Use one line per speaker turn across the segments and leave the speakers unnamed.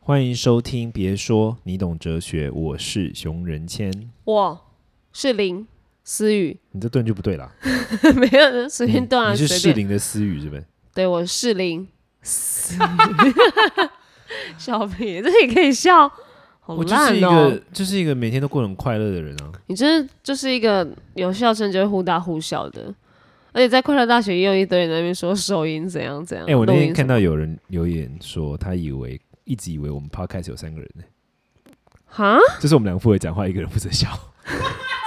欢迎收听，别说你懂哲学，我是熊仁谦。
我是林思雨，
你这顿就不对啦，
没有随便断啊，
你是
随
适
便。
龄的私语是不是？
对，我 是林思雨，笑屁，这也可以笑，好
我就是
烂
一
哦、
个就是一个每天都过得很快乐的人啊。
你真的就是一个有笑声就会忽大忽小的，而且在快乐大学也有一堆人在那边说收音怎样怎样。
哎、我那
录
天
音什
看
么
到有人留言说，他以为一直以为我们 podcast 有三个人呢、
哈，
就是我们两个负责讲话，一个人负责 笑。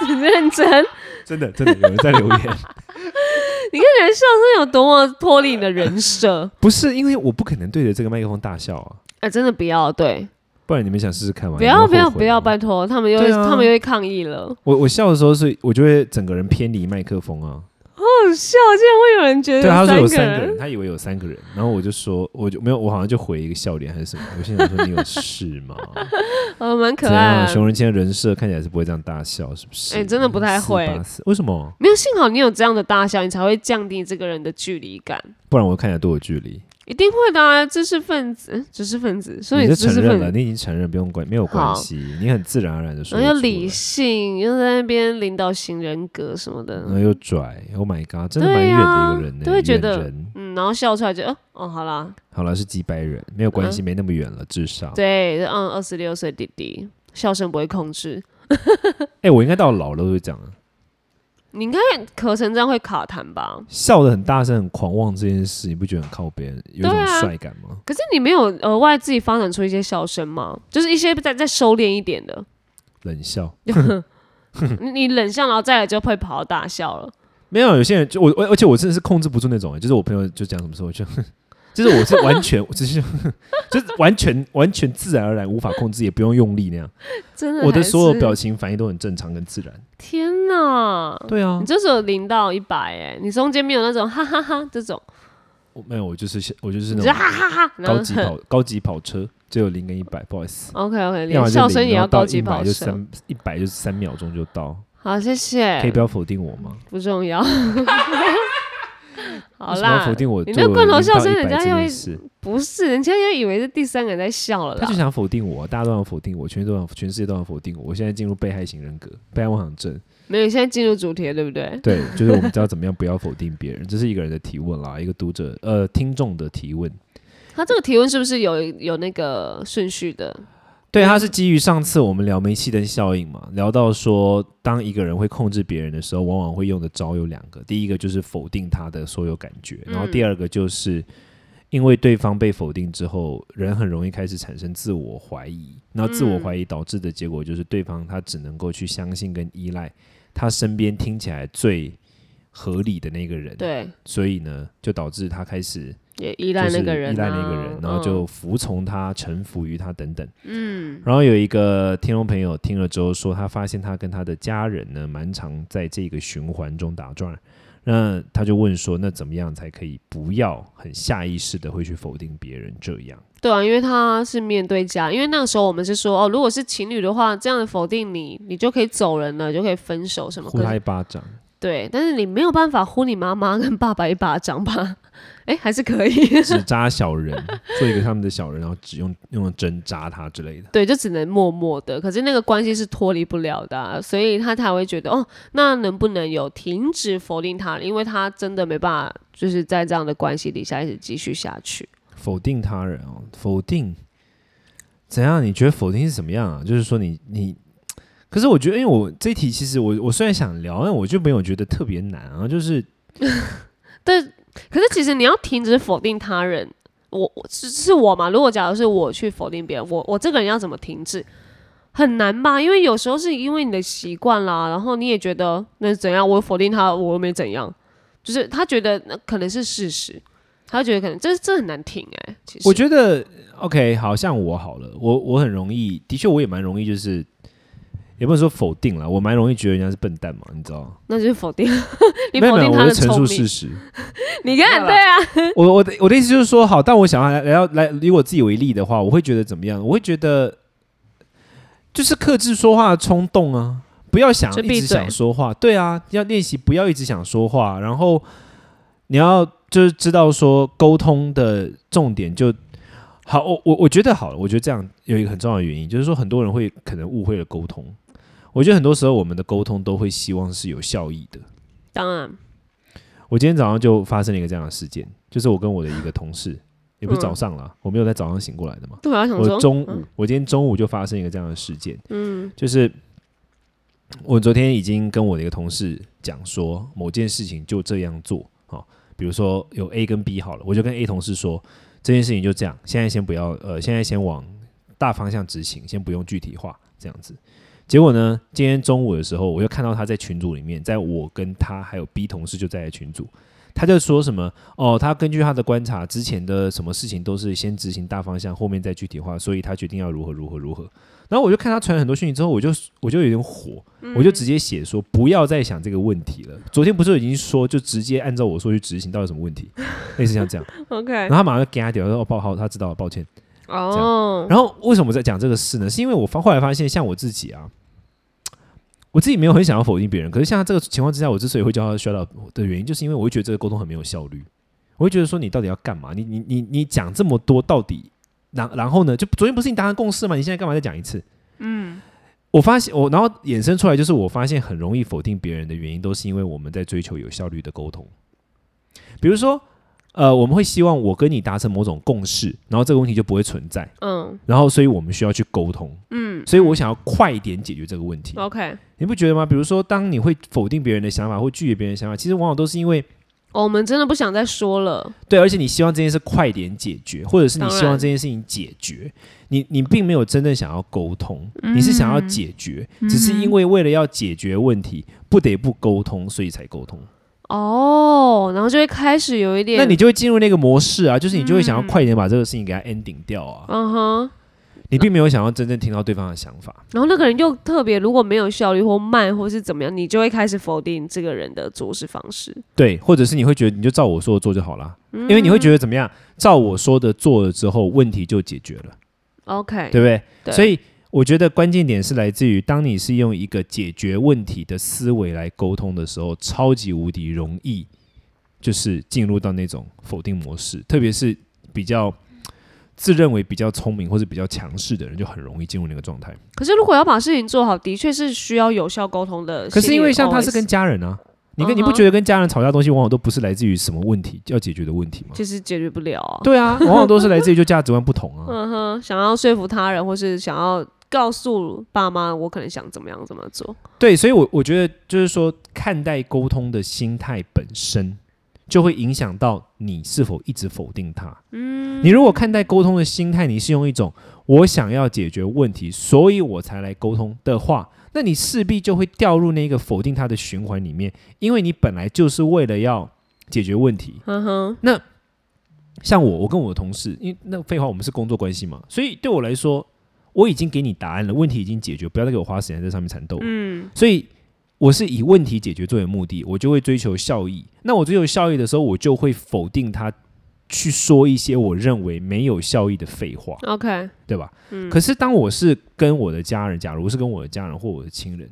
你认真，
真的真的有人在留言，
你看你的笑声有多么脱离你的人设。
不是因为我不可能对着这个麦克风大笑啊，
哎、真的不要，对，
不然你们想试试看吗？
不要，
你
不
们会
要，
后悔
不要，
吗
拜托，他们又、
对
会
啊
他们又会抗议了。
我我笑的时候是，我就会整个人偏离麦克风啊。
好笑，竟然会有人觉得
对，他说有
三
三
个
个人，他以为有三个人，然后我就说，我就没有，我好像就回一个笑脸还是什么，我心想说你有事吗？
呃，蛮 可
怎
爱
样？
的。
熊仁谦的人设看起来是不会这样大笑，是不是？
哎真的不太会
484为什么？
没有，幸好你有这样的大笑，你才会降低这个人的距离感。
不然我看起来多有距离。
一定会的、啊，知识分子，嗯知识分子，所以
你就
知识
承认
分
了，
子，
你已经承认，不用关，没有关
好
系，你很自然而然的说
然
得
后
出来，
又嗯理性，又在那边领导型人格什么
然后
的，
又拽，Oh my god，真的蛮
对
远
啊
的一个人呢、
都会觉
远
得
人
嗯，然后笑出来就，哦，哦，好啦，
好了，是几百人，没有关系，没那么远了，至少。
嗯对，嗯，二十六岁弟弟，笑声不会控制，
哎、我应该到老了都会这样啊，
你应该咳成这样会卡痰吧？
笑的很大声、很狂妄这件事，你不觉得很靠边，有一
对
种
啊
帅感吗？
可是你没有额外自己发展出一些笑声吗？就是一些再再收敛一点的，
冷笑
你你冷笑，然后再来就会跑到大笑了。
没有，有些人就我，我而且我真的是控制不住那种、欸就是我朋友就讲什么时候我就， 就是我是完全， 我只是就是完全完全自然而然无法控制，也不用用力那样，
真的还是，
我的所有表情反应都很正常跟自然。
天哪！
对啊
你，这时候零到一百哎，你中间没有那种哈哈哈这种，
我没有，我就是我就是
你
那
就
种
哈哈哈，然
高
后
级
很
跑高级跑车，只有零跟一百，不好意思。
OK OK，
要
连
么就
笑声
零
也
然
要
后到
高级
100
跑
就
车。
三一百就是三秒钟就到，
好，谢谢
可以。不要否定我吗？
不 重要。好
为什么要
啦
否，定我
你
对
那
我
罐头
零
笑
到
声
100
人家
这
又
件
会
事
不是，人家就以为是第三个人在笑了
他就
啦。
想否定我，大家都想否定我，全世界都想，全世界都想否定我。我现在进入被害型人格，被害妄想症。
没有，你现在进入主题了，对不对？
对，就是我们知道怎么样不要否定别人，这是一个人的提问啦，一个读者呃听众的提问。
他这个提问是不是有有那个顺序的？
对，它是基于上次我们聊煤气灯效应嘛，聊到说，当一个人会控制别人的时候，往往会用的招有两个，第一个就是否定他的所有感觉，然后第二个就是因为对方被否定之后，人很容易开始产生自我怀疑，然后自我怀疑导致的结果就是对方他只能够去相信跟依赖他身边听起来最合理的那个人，
对，
所以呢，就导致他开始
也依
就
赖
是
那个人啊，
依赖那个人，然后
嗯
就服从他、臣服于他等等。
嗯，
然后有一个听众朋友听了之后说，他发现他跟他的家人呢，蛮常在这个循环中打转。那他就问说，那怎么样才可以不要很下意识的会去否定别人这样？
对啊，因为他是面对家，因为那个时候我们是说，哦，如果是情侣的话，这样否定你，你就可以走人了，就可以分手什么。
呼
可
他
是
一巴掌，
对，但是你没有办法呼你妈妈跟爸爸一巴掌吧？哎，还是可以。
只扎小人，做一个他们的小人，然后只用用针扎他之类的。
对，就只能默默的，可是那个关系是脱离不了的啊、所以他才会觉得，哦，那能不能有停止否定他？因为他真的没办法，就是在这样的关系底下一直继续下去。
否定他人哦，否定怎样？你觉得否定是怎么样啊？就是说你你，可是我觉得，因为我这一题其实我我虽然想聊，但我就没有觉得特别难啊。就是
但可是其实你要停止否定他人，我我是是我嘛？如果假如是我去否定别人，我我这个人要怎么停止？很难吧？因为有时候是因为你的习惯啦，然后你也觉得那怎样？我否定他，我又没怎样，就是他觉得那可能是事实，他觉得可能这这很难停哎、其实
我觉得 OK，好像我好了，我我很容易，的确我也蛮容易，就是也不能说否定了，我蛮容易觉得人家是笨蛋嘛，你知道？
那就是否定， 你
没有
否
没有，
定
我在
他的
陈
聪
述
明
事。实。
你看，对啊，
我我的我的意思就是说，好，但我想要来来要来以我自己为例的话，我会觉得怎么样？我会觉得就是克制说话的冲动啊，不要想
就闭
一直
嘴
想说话，对啊，要练习不要一直想说话，然后你要就是知道说沟通的重点就。好，我我我觉得好了，我觉得这样有一个很重要的原因，就是说很多人会可能误会了沟通。我觉得很多时候我们的沟通都会希望是有效益的。
当然，
我今天早上就发生了一个这样的事件，就是我跟我的一个同事，也不是早上啦，我没有在早上醒过来的嘛。
对我要想
我
说，嗯
中午，我今天中午就发生一个这样的事件，嗯，就是我昨天已经跟我的一个同事讲说，某件事情就这样做，好、比如说有 A 跟 B 好了，我就跟 A 同事说，这件事情就这样，现在先不要，呃，现在先往大方向执行，先不用具体化，这样子。结果呢，今天中午的时候，我又看到他在群组里面，在我跟他还有 B 同事就在群组，他就说什么哦，他根据他的观察，之前的什么事情都是先执行大方向，后面再具体化，所以他决定要如何如何如何。然后我就看他传很多讯息之后，我就我就有点火，我就直接写说不要再想这个问题了。昨天不是已经说就直接按照我说去执行，到底有什么问题？类似像这样，
OK，
然后他马上就给他掉，说哦，抱好，他知道了，抱歉。
哦，
然后为什么我在讲这个事呢？是因为我发后来发现，像我自己啊，我自己没有很想要否定别人，可是像他这个情况之下，我之所以会叫他 shut up 的原因，就是因为我会觉得这个沟通很没有效率，我会觉得说你到底要干嘛？你你你你讲这么多，到底然然后呢？就昨天不是你达成共识吗？你现在干嘛再讲一次？嗯。我发现我，然后衍生出来就是，我发现很容易否定别人的原因，都是因为我们在追求有效率的沟通。比如说，呃，我们会希望我跟你达成某种共识，然后这个问题就不会存在。
嗯
然后所以我们需要去沟通，
嗯
所以我想要快一点解决这个问题。
，OK，
你不觉得吗？比如说，当你会否定别人的想法，或拒绝别人的想法，其实往往都是因为
哦我们真的不想再说了，
对，啊而且你希望这件事快点解决，或者是你
当然
希望这件事情解决，你你并没有真正想要沟通，你是想要解决，只是因为为了要解决问题，不得不沟通，所以才沟通。
哦，然后就会开始有一点，
那你就会进入那个模式啊，就是你就会想要快点把这个事情给它 ending 掉啊，
嗯哼，
你并没有想要真正听到对方的想法。
然后那个人又特别如果没有效率或慢或是怎么样，你就会开始否定这个人的做事方式。
对，或者是你会觉得你就照我说的做就好啦，因为你会觉得怎么样，照我说的做了之后，问题就解决了，
OK，
对不对？
对
所以我觉得关键点是来自于，当你是用一个解决问题的思维来沟通的时候，超级无敌容易，就是进入到那种否定模式，特别是比较自认为比较聪明或者比较强势的人，就很容易进入那个状态。
可是如果要把事情做好，的确是需要有效沟通的。
可是因为像他是跟，家人啊。你跟你不
嗯哼
觉得跟家人吵架的东西，往往都不是来自于什么问题要解决的问题吗？
就是解决不了啊。
对啊，往往都是来自于就价值观不同啊。
嗯哼，想要说服他人，或是想要告诉爸妈，我可能想怎么样怎么做。
对，所以我，我觉得就是说，看待沟通的心态本身，就会影响到你是否一直否定它。嗯，你如果看待沟通的心态，你是用一种我想要解决问题，所以我才来沟通的话，那你势必就会掉入那个否定它的循环里面，因为你本来就是为了要解决问题，
嗯哼，
像我，我跟我的同事，因为那废话，我们是工作关系嘛，所以对我来说，我已经给你答案了，问题已经解决，不要再给我花时间在上面缠斗。
嗯，
所以我是以问题解决作为目的，我就会追求效益。那我追求效益的时候，我就会否定他去说一些我认为没有效益的废话，
OK，
对吧？
嗯
可是当我是跟我的家人，假如是跟我的家人或我的亲人。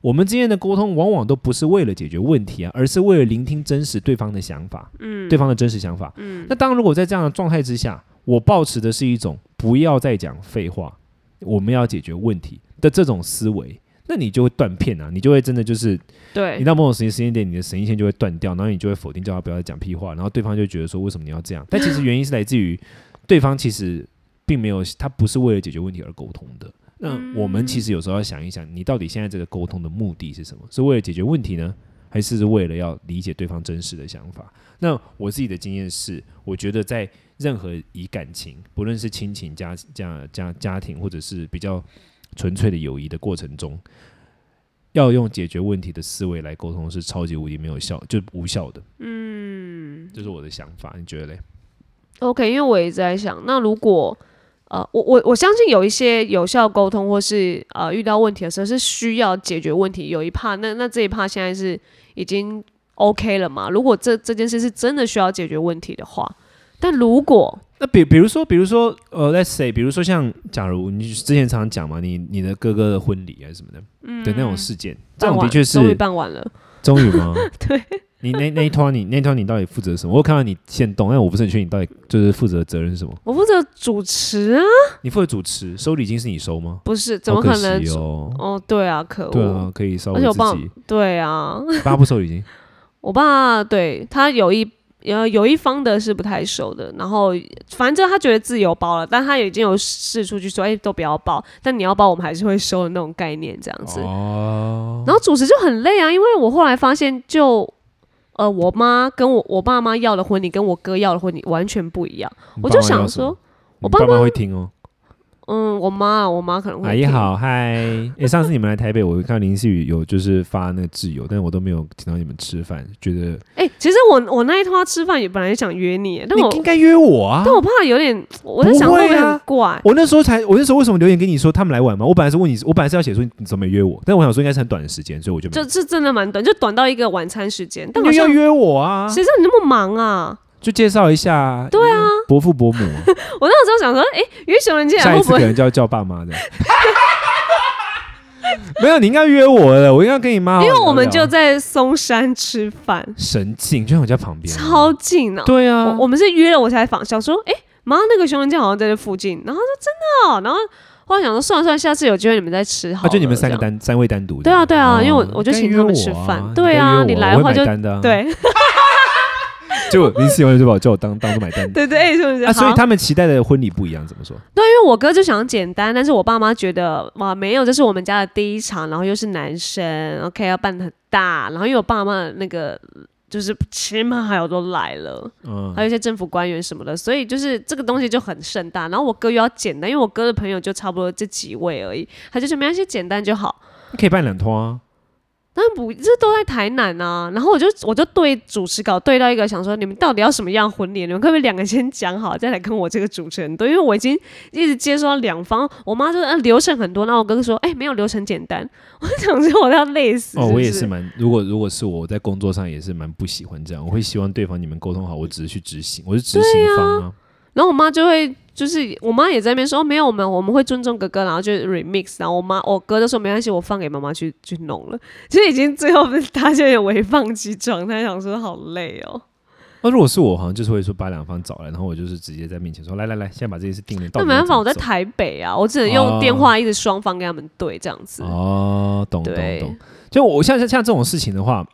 我们之间的沟通往往都不是为了解决问题啊，而是为了聆听真实对方的想法。
嗯，
对方的真实想法。
嗯
那当然，如果在这样的状态之下，我抱持的是一种不要再讲废话，我们要解决问题的这种思维，那你就会断片啊，你就会真的就是你
对，
到某种时间时间点，你的神经线就会断掉，然后你就会否定叫他不要再讲屁话，然后对方就觉得说为什么你要这样？但其实原因是来自于对方其实并没有，他不是为了解决问题而沟通的。那我们其实有时候要想一想，你到底现在这个沟通的目的是什么？是为了解决问题呢，还是为了要理解对方真实的想法？那我自己的经验是，我觉得在任何以感情，不论是亲情、家家家家庭，或者是比较纯粹的友谊的过程中，要用解决问题的思维来沟通是超级无敌没有效，就无效的。嗯，这是我的想法，你觉得嘞？
OK，因为我也在想，那如果呃，我我我相信有一些有效沟通，或是呃遇到问题的时候是需要解决问题，有一趴，那那这一趴现在是已经 OK 了嘛？如果这这件事是真的需要解决问题的话，但如果
那比比如说，比如说，呃，let's say，比如说像，假如你之前常讲嘛，你你的哥哥的婚礼啊什么的，嗯，的那种事件，这
办
种
完
的确
终于
是
办完了，
终于吗？
对，
你那那一团你那一团你到底负责什么？我有看到你现动，哎但我不是很确定你到底就是负责的责任是什么。
我负责主持啊，
你负责主持，收礼金是你收吗？
不是，怎么
好可
可能
惜
主？
哦？
哦，对啊，可
对
恶
啊，，可以稍微
而且我爸
自己，
对啊，
爸不收礼 金，
我爸对他有一呃有一方的是不太熟的，然后反正他觉得自由包了，但他已经有试出去说，哎、都不要包，但你要包我们还是会收的那种概念这样子。
哦，
然后主持就很累啊，因为我后来发现就。呃，我妈跟我我爸妈要的婚礼跟我哥要的婚礼完全不一样，
你
我
爸
就
妈
想
要什么
说，
你
我爸
爸妈会听哦。
嗯，我妈我妈可能会
阿姨
听，
好，嗨！哎，上次你们来台北，我看林思雨有就是发那个挚友，但我都没有请到你们吃饭，觉得
哎、其实我我那一趟吃饭也本来想约你，但
你
我
应该约我啊
但。我怕有点，我在
不
想会不
会
会
啊
很怪。
我那时候才，我那时候为什么留言给你说他们来晚吗？我本来是问你，我本来是要写说你怎么没约我，但我想说应该是很短的时间，所以我就没
就这真的蛮短，就短到一个晚餐时间。但好
你要
像谁
约我啊，
知道你那么忙啊？
就介绍一下。对啊，伯父伯母，
我那时候想说，哎、约熊人进来
下一
会
次
不
可
会？
能就要叫爸妈的。 没有，你应该约我的，我应该跟你妈好好
因
聊
为
聊。啊嗯
我们就在松山吃饭，
神经，就在我家旁边，啊
超近呢、
对啊
我，我们是约了我才访，想说，哎、妈，那个熊人酱好像在这附近。然后他说真的、哦，然后后来想说，算了算了，下次有机会你们再吃好
啊，
了。
就你们三个
这样。
单三位单独的。
对啊对啊
哦
因为我我就请他们吃饭对啊
你
你来的话就
我会买单的啊。
对
就林思雨就把我叫我当当做买 单的。
对对，哎、熊人酱、
啊，所以
好
他们期待的婚礼不一样，怎么说？
对，因为我哥就想简单，但是我爸妈觉得哇，没有，这是我们家的第一场，然后又是男生，OK，要办得很大，然后因为我爸妈的那个就是亲朋好友都来了，
嗯
还有一些政府官员什么的，所以就是这个东西就很盛大。然后我哥又要简单，因为我哥的朋友就差不多这几位而已，他就说没关系，简单就好。
可以办两通啊。
但不，这都在台南啊。然后我就我就对主持稿对到一个，想说你们到底要什么样的婚礼？你们可不可以两个先讲好，再来跟我这个主持人对？因为我已经一直接收到两方，我妈说、啊、流程很多，然后我哥哥说哎、没有流程简单， 我就想说我要累死。
哦，
不
我也是蛮，如果如果是我在工作上也是蛮不喜欢这样，我会希望对方你们沟通好，我只是去执行，我是执行方啊。
然后我妈就会，就是我妈也在那边说、哦没有，我们我们会尊重哥哥，然后就 remix，然后我妈我哥就说没关系，我放给妈妈去去弄了。 其实已经最后大家有微放弃状态，想说好累哦。
那、如果是我，好像就是会说把两方找来，然后我就是直接在面前说，来来来，现在把这件事定了。到
那
底
没办法，
要
我在
怎么
台北啊，我只能用电话一直双方跟他们对这样子。
走哦，懂懂
对
懂。就我像像像这种事情的话，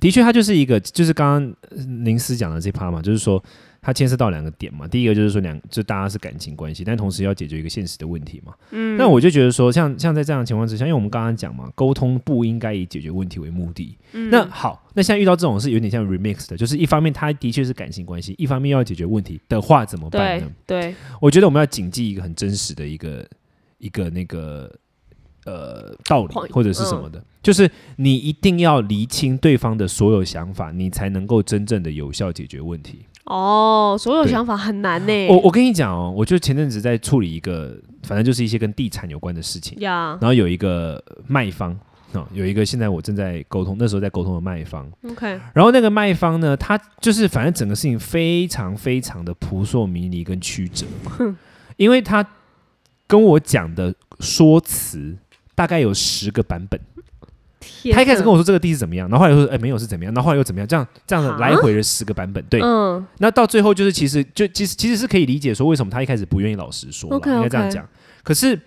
的确它就是一个，就是刚刚呃林思讲的这趴嘛，就是说它牵涉到两个点嘛。第一个就是说两，就大家是感情关系，但同时要解决一个现实的问题嘛。
嗯，
那我就觉得说，像像在这样的情况之下，因为我们刚刚讲嘛，沟通不应该以解决问题为目的。
嗯
那好，那现在遇到这种是有点像 remix 的，就是一方面他的确是感情关系，一方面要解决问题的话，怎么办
对
呢？
对，
我觉得我们要谨记一个很真实的一个一个那个呃道理
point，
或者是什么的，就是你一定要厘清对方的所有想法，你才能够真正的有效解决问题。
哦，所有
对
想法很难呢。
我我跟你讲哦，我就前阵子在处理一个，反正就是一些跟地产有关的事情。
呀
然后有一个卖方啊、有一个现在我正在沟通，那时候在沟通的卖方。
，OK，
然后那个卖方呢，他就是反正整个事情非常非常的扑朔迷离跟曲折，因为他跟我讲的说辞大概有十个版本。
天哪，
他一开始跟我说这个地是怎么样，然后后来又说哎没有是怎么样，然后后来又怎么样，这样这样的
啊
来回了十个版本。对，
嗯
那到最后就是其实就其实其实是可以理解说为什么他一开始不愿意老实说啦
OK，OK
应该这样讲。可是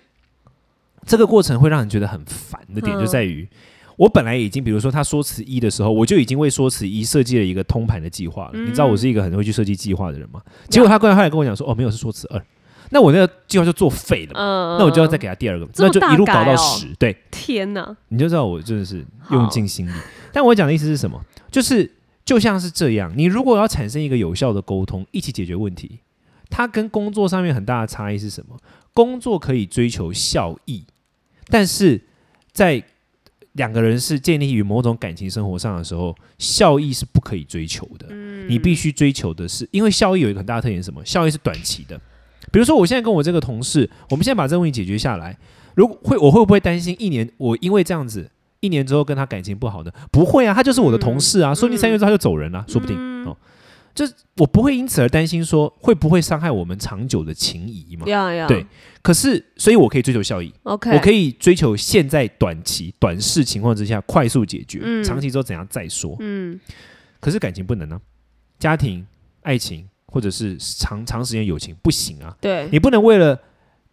这个过程会让人觉得很烦的点
嗯
就在于，我本来已经比如说他说辞一的时候，我就已经为说辞一设计了一个通盘的计划了。
嗯
你知道我是一个很会去设计计划的人嘛？结果他过来后来跟我讲说，哦没有是说辞二，那我那个计划就作废了嘛。
嗯，
那我就要再给他第二个，
这
那
么
就
大
一路搞
改
到
哦
十、对，
天哪，
你就知道我真的是
好
用尽心力。但我讲的意思是什么？就是就像是这样，你如果要产生一个有效的沟通，一起解决问题，它跟工作上面很大的差异是什么？工作可以追求效益，但是在两个人是建立于某种感情生活上的时候，效益是不可以追求的。你必须追求的是，因为效益有一个很大的特点，是什么？效益是短期的。比如说，我现在跟我这个同事，我们现在把这个问题解决下来，如果会，我会不会担心一年？我因为这样子，一年之后跟他感情不好呢？不会啊，他就是我的同事啊，说不定三月之后他就走人了、说不定、哦。就是我不会因此而担心说会不会伤害我们长久的情谊嘛？
呀呀，
嗯对可是，所以我可以追求效益，
，OK，
我可
以，
以追求现在短期、短视情况之下快速解决，
嗯
长期之后怎样再说。
嗯
可是感情不能啊，家庭、爱情或者是长长时间友情不行啊，
对，
你不能为了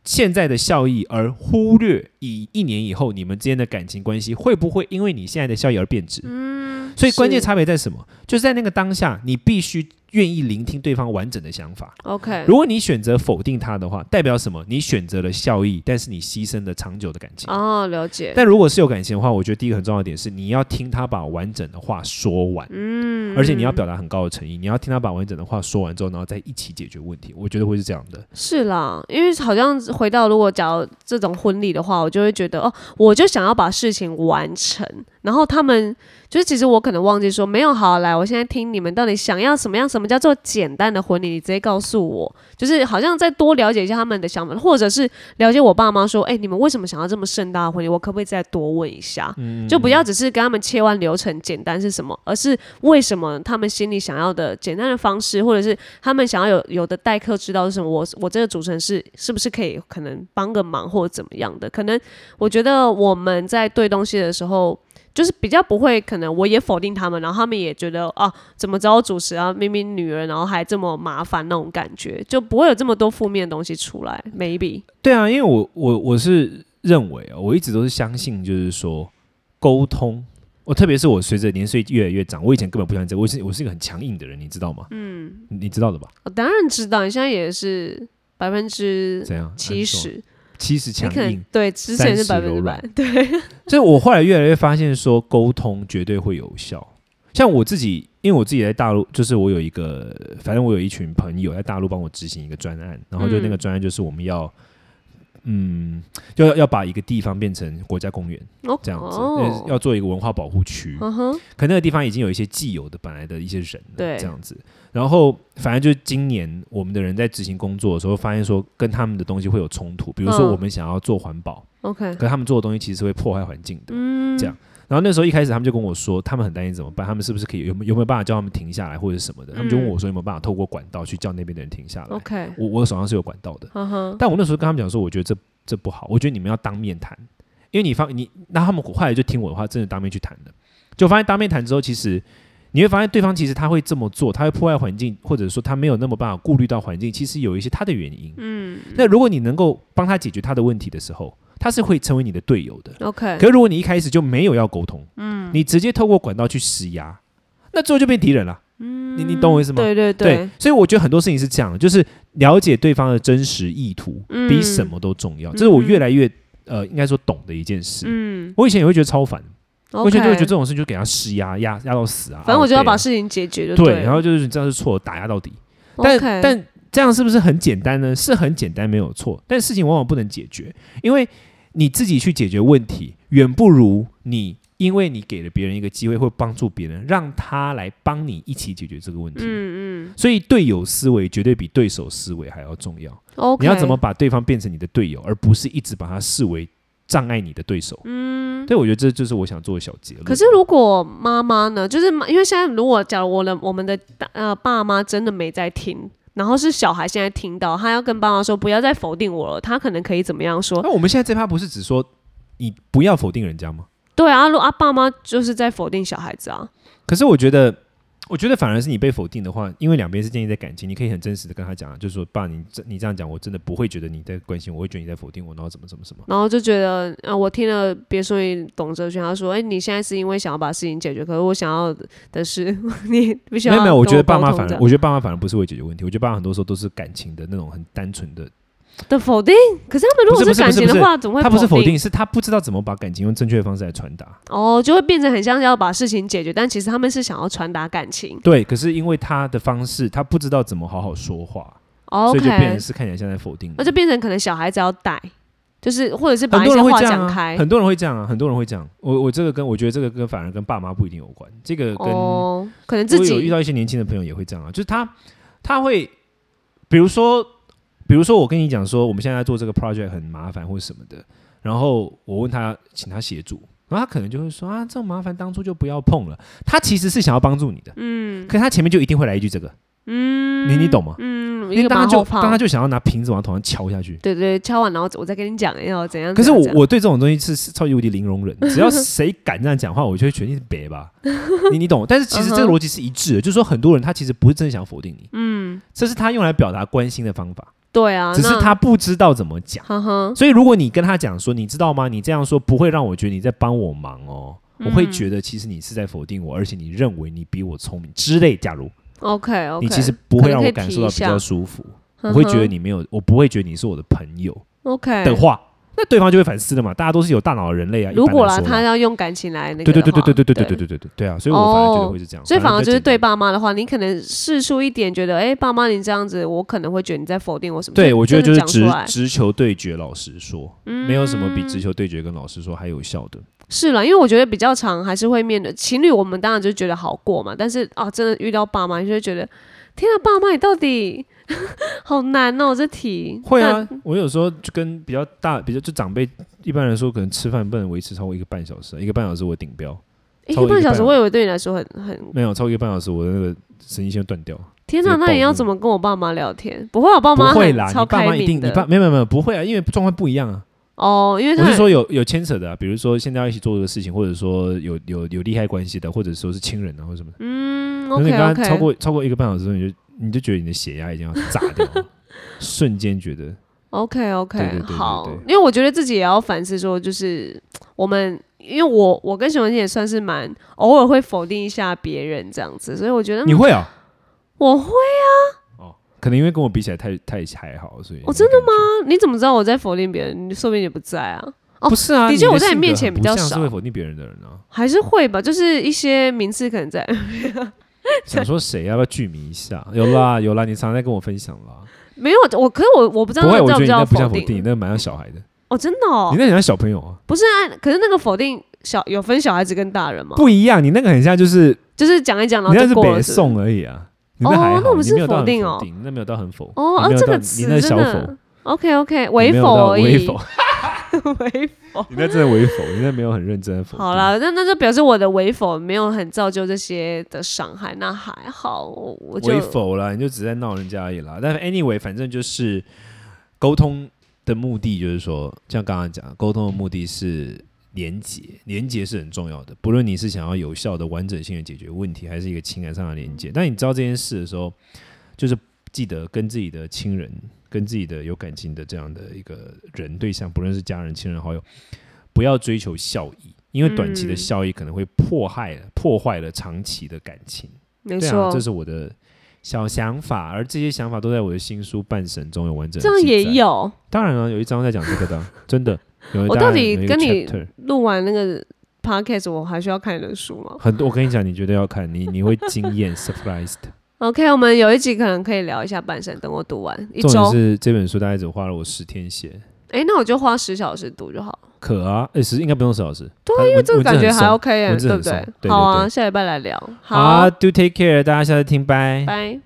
现在的效益而忽略以一年以后你们之间的感情关系会不会因为你现在的效益而变质。
嗯，
所以关键
是
差别在什么？就是在那个当下，你必须愿意聆听对方完整的想法。
OK，
如果你选择否定他的话，代表什么？你选择了效益，但是你牺牲了长久的感情。
哦，了解，
但如果是有感情的话，我觉得第一个很重要的点是，你要听他把完整的话说完，
嗯，
而且你要表达很高的诚意，你要听他把完整的话说完之后，然后再一起解决问题。我觉得会是这样的。
是啦，因为好像回到如果假如这种婚礼的话，我就会觉得哦，我就想要把事情完成，然后他们就是其实我可能忘记说没有好来，我现在听你们到底想要什么样，什么叫做简单的婚礼，你直接告诉我，就是好像再多了解一下他们的想法，或者是了解我爸妈说，哎、你们为什么想要这么盛大的婚礼，我可不可以再多问一下？就不要只是跟他们切换流程简单是什么，而是为什么他们心里想要的简单的方式，或者是他们想要有有的待客之道是什么？我我这个主持人是是不是可以可能帮个忙或者怎么样的？可能我觉得我们在对东西的时候，就是比较不会，可能我也否定他们，然后他们也觉得啊，怎么找我主持啊，明明女人，然后还这么麻烦那种感觉，就不会有这么多负面的东西出来。maybe
对啊，因为我我我是认为啊，我一直都是相信，就是说沟通。我特别是我随着年岁越来越长，我以前根本不相信这个，我是我是一个很强硬的人，你知道吗？嗯，你知道的吧？
我哦当然知道，你现在也是百分之
怎样？
七十，
七十
你
强
可能
硬，
对之前是
30
百分
柔
之百
软，
对，
所以我后来越来越发现说，沟通绝对会有效。像我自己，因为我自己在大陆，就是我有一个，反正我有一群朋友在大陆帮我执行一个专案，然后就那个
嗯
专案就是我们要，嗯，就要要把一个地方变成国家公园
哦
这样子，
哦
要做一个文化保护区。
嗯哼，
可那个地方已经有一些既有的本来的一些人了，
对
这样子。然后反正就是今年我们的人在执行工作的时候，发现说跟他们的东西会有冲突，比如说
嗯
我们想要做环保，
OK，
可他们做的东西其实是会破坏环境的。
嗯，
这样然后那时候一开始他们就跟我说，他们很担心怎么办，他们是不是可以有没有有没有办法叫他们停下来或者是什么的？他们就问我说有没有办法透过管道去叫那边的人停下来？
嗯 OK，
我我手上是有管道的，
嗯哼，
但我那时候跟他们讲说，我觉得这这不好，我觉得你们要当面谈，因为你方你那他们后来就听我的话，真的当面去谈的，就发现当面谈之后，其实你会发现对方其实他会这么做，他会破坏环境，或者说他没有那么办法顾虑到环境，其实有一些他的原因。
嗯
那如果你能够帮他解决他的问题的时候，他是会成为你的队友的。
，OK，
可是如果你一开始就没有要沟通，嗯，你直接透过管道去施压，那最后就变敌人了。嗯，你你懂我意思吗？
对对对，
所以我觉得很多事情是这样的，就是了解对方的真实意图，
嗯
比什么都重要。这是我越来越呃，应该说懂的一件事。
嗯，
我以前也会觉得超烦，我以
OK，
前就会觉得这种事就给他施压，压压到死啊。
反正我就要
啊
把事情解决就
对啊，
了
然后就是你知道是错，打压到底。但
OK，
但这样是不是很简单呢？是很简单，没有错。但事情往往不能解决，因为你自己去解决问题，远不如你因为你给了别人一个机会，会帮助别人，让他来帮你一起解决这个问题。
嗯嗯
所以队友思维绝对比对手思维还要重要。
，OK，
你要怎么把对方变成你的队友，而不是一直把他视为障碍你的对手？
嗯？
对，我觉得这就是我想做的小结论。
可是如果妈妈呢？就是妈因为现在如果假如我的我们的大呃爸妈真的没在听，然后是小孩现在听到，他要跟爸妈说不要再否定我了，他可能可以怎么样说？
那我们现在这趴不是只说你不要否定人家吗？
对啊，如啊爸妈就是在否定小孩子啊，
可是我觉得，我觉得反而是你被否定的话，因为两边是建立在感情，你可以很真实的跟他讲啊，就是说爸，你这你这样讲，我真的不会觉得你在关心我，我会觉得你在否定我，然后怎么怎么怎么。
然后就觉得呃我听了别说你董哲轩，他说哎、你现在是因为想要把事情解决，可是我想要的是 你必须
没
要
有没有，我
跟
觉得爸
沟
妈
通
反
这
而，
样
我觉得爸妈反而不是会解决问题，我觉得爸妈很多时候都是感情的那种很单纯的
的否定，可是他们如果
不是不是
感情
不
的
是
话，怎么会
他不是否
定？
定，是他不知道怎么把感情用正确的方式来传达。
哦，就会变成很像要把事情解决，但其实他们是想要传达感情。
对，可是因为他的方式，他不知道怎么好好说话所
OK，
以就变成是看起来像在否定你。
那就变成可能小孩子要带，就是或者是把
很
一
多
些
人会
话
这样
讲
啊，
开。
很多人会这样啊，很多人会这样。我我这个跟我觉得这个跟反而跟爸妈不一定有关，这个跟我
哦，可能自
有遇
己
到一些年轻的朋友也会这样啊，就是他他会，比如说比如说我跟你讲说我们现在在做这个 project 很麻烦或什么的，然后我问他请他协助，然后他可能就会说啊这种麻烦当初就不要碰了，他其实是想要帮助你的，
嗯
可他前面就一定会来一句这个，嗯，你你懂吗？
嗯，
因
一
为
个
大
马
家
后
就
炮
大家就想要拿瓶子往头上敲下去。
对对，敲完然后我再跟你讲要怎样。
可是
怎
我
样怎样
我对这种东西是是超级无敌零容忍，只要谁敢这样讲话，我就会觉得你是别吧， 你你懂我。但是其实这个
嗯哼
逻辑是一致的，就是说很多人他其实不是真的想否定你，
嗯，
这是他用来表达关心的方法，
对啊，
只是
那
他，不知道怎么讲。
哈哈，
所以如果你跟他讲说，你知道吗？你这样说不会让我觉得你在帮我忙哦，我
嗯
会觉得其实你是在否定我，而且你认为你比我聪明之类。假如
OK OK，
你其实不会让我
可能可以
感
提
受到
一
比
下嗯
较舒服，我会觉得
你
你没有，我不会觉得你是我的朋友
OK
的话，那对方就会反思的嘛。大家都是有大脑的人类啊，一
如
般
果
来
啦，
说
他要用感情来那个
对
的
对
话，
对对对对对对对对对
对。
对对啊！所以我反而觉得会是这样，
所以反而
比较
就是对
简单。
爸妈的话，你可能试出一点觉得，哎、爸妈你这样子，我可能会觉得你在否定我什么。
对，我觉得就
就
是
讲
直
出来嗯
直球对决，老实说，没有什么比直球对决跟老实说还有效的。
是啦，因为我觉得比较长还是会面对情侣，我们当然就觉得好过嘛。但是啊，真的遇到爸妈，你就会觉得，天啊，爸妈你到底 好难哦，这题
会啊，我有时候就跟比较大、比较就长辈，一般来说可能吃饭不能维持超过一个半小时啊，一个半小时我顶标，
但一
超
个
过一个
半小时，
半
我以为对你来说很很
没有超过一个半小时，我的那个神经线断掉。
天
直
哪，
接
那你
暴
要
怒
怎么跟我爸妈聊天？不会，我爸
不
妈
会
很
啦，
超
你爸
开
妈一
明
定，你爸
的
没有没有没有不会啊，因为状况不一样啊。
哦，因为
我
他
是说有有牵扯的啊，比如说现在要一起做这个事情，或者说有有有利害关系的，或者说是亲人啊或者什么的。
嗯
可是你
，OK
刚刚超
OK，
过超过一个半小时之后，你就你就觉得你的血压已经要炸掉 了，瞬间觉得
OK
对对
OK，
对对
好
对，
因为我觉得自己也要反思，说就是我们，因为我我跟熊文静也算是蛮偶尔会否定一下别人这样子，所以我觉得
你会啊、
我会啊
可能因为跟我比起来太太还好，所以
哦真
的吗？
啊，你怎么知道我在否定别人？你说不定也不在啊，哦
不是啊，
的确
你
我在你
性格
面前
很
比
不
较
像是
少
会否定别人的人啊。
还是会吧，就是一些名次可能在，
想说谁啊要不要剧迷一下？ 有啦有啦，你常常在跟我分享啦。
没有我，可是我我不知道
不会，
那
我
叫
觉得你
叫
那不像否定，你
定
那蛮像小孩的，
哦，真的哦
你，那很像小朋友啊，
不是啊，可是那个否定小有分小孩子跟大人吗？
不一样，你那个很像就是
就是讲一讲，然
你那
后就是过了
北
是不是
宋而已啊，你那
哦
还
那
好，
我们
你
是
没有到
否
很
定哦
否定，那没有到很否，
哦，
你
啊
没有
这
到
个
你
词
那
真
小否，
的 OK OK，
你
微
没有
否
到
而
微
已，
否，
微否。
你那真的微否，你那没有很认真的否定。
好啦，那那就表示我的微否没有很造就这些的伤害，那还好，我我就
微否啦，你就只是在闹人家而已啦。但 anyway，反正就是沟通的目的，就是说，像刚刚讲，沟通的目的是连接，连接是很重要的。不论你是想要有效的、完整性的解决问题，还是一个情感上的连接，但你知道这件事的时候，就是记得跟自己的亲人、跟自己的有感情的这样的一个人对象，不论是家人、亲人、好友，不要追求效益。因为短期的
嗯
效益可能会迫害、破坏了长期的感情。
没
对啊，
错
这，是我的小想法，而这些想法都在我的新书《半神》中有完整。
这样也，有
当然了，啊有一章在讲这个 的啊，真的。有一
我
当
到
然
底
有一个
跟你
chapter
录完那个 podcast，我还需要看你的书吗
很多，我跟你讲，你绝对要看，你你会惊艳 ，surprised。
？OK，我们有一集可能可以聊一下半生，等我读完一
重点
周，
是这本书大概只花了我十天写，
哎，那我就花十小时读就好了。
可啊，哎，十应该不用十小时。
对
啊，因为
这个感觉还 OK 哎、
文字
对
很
不对
松对对
好啊，
对
下礼拜来聊。好，
好啊，do take care，大家下次听，拜。
拜。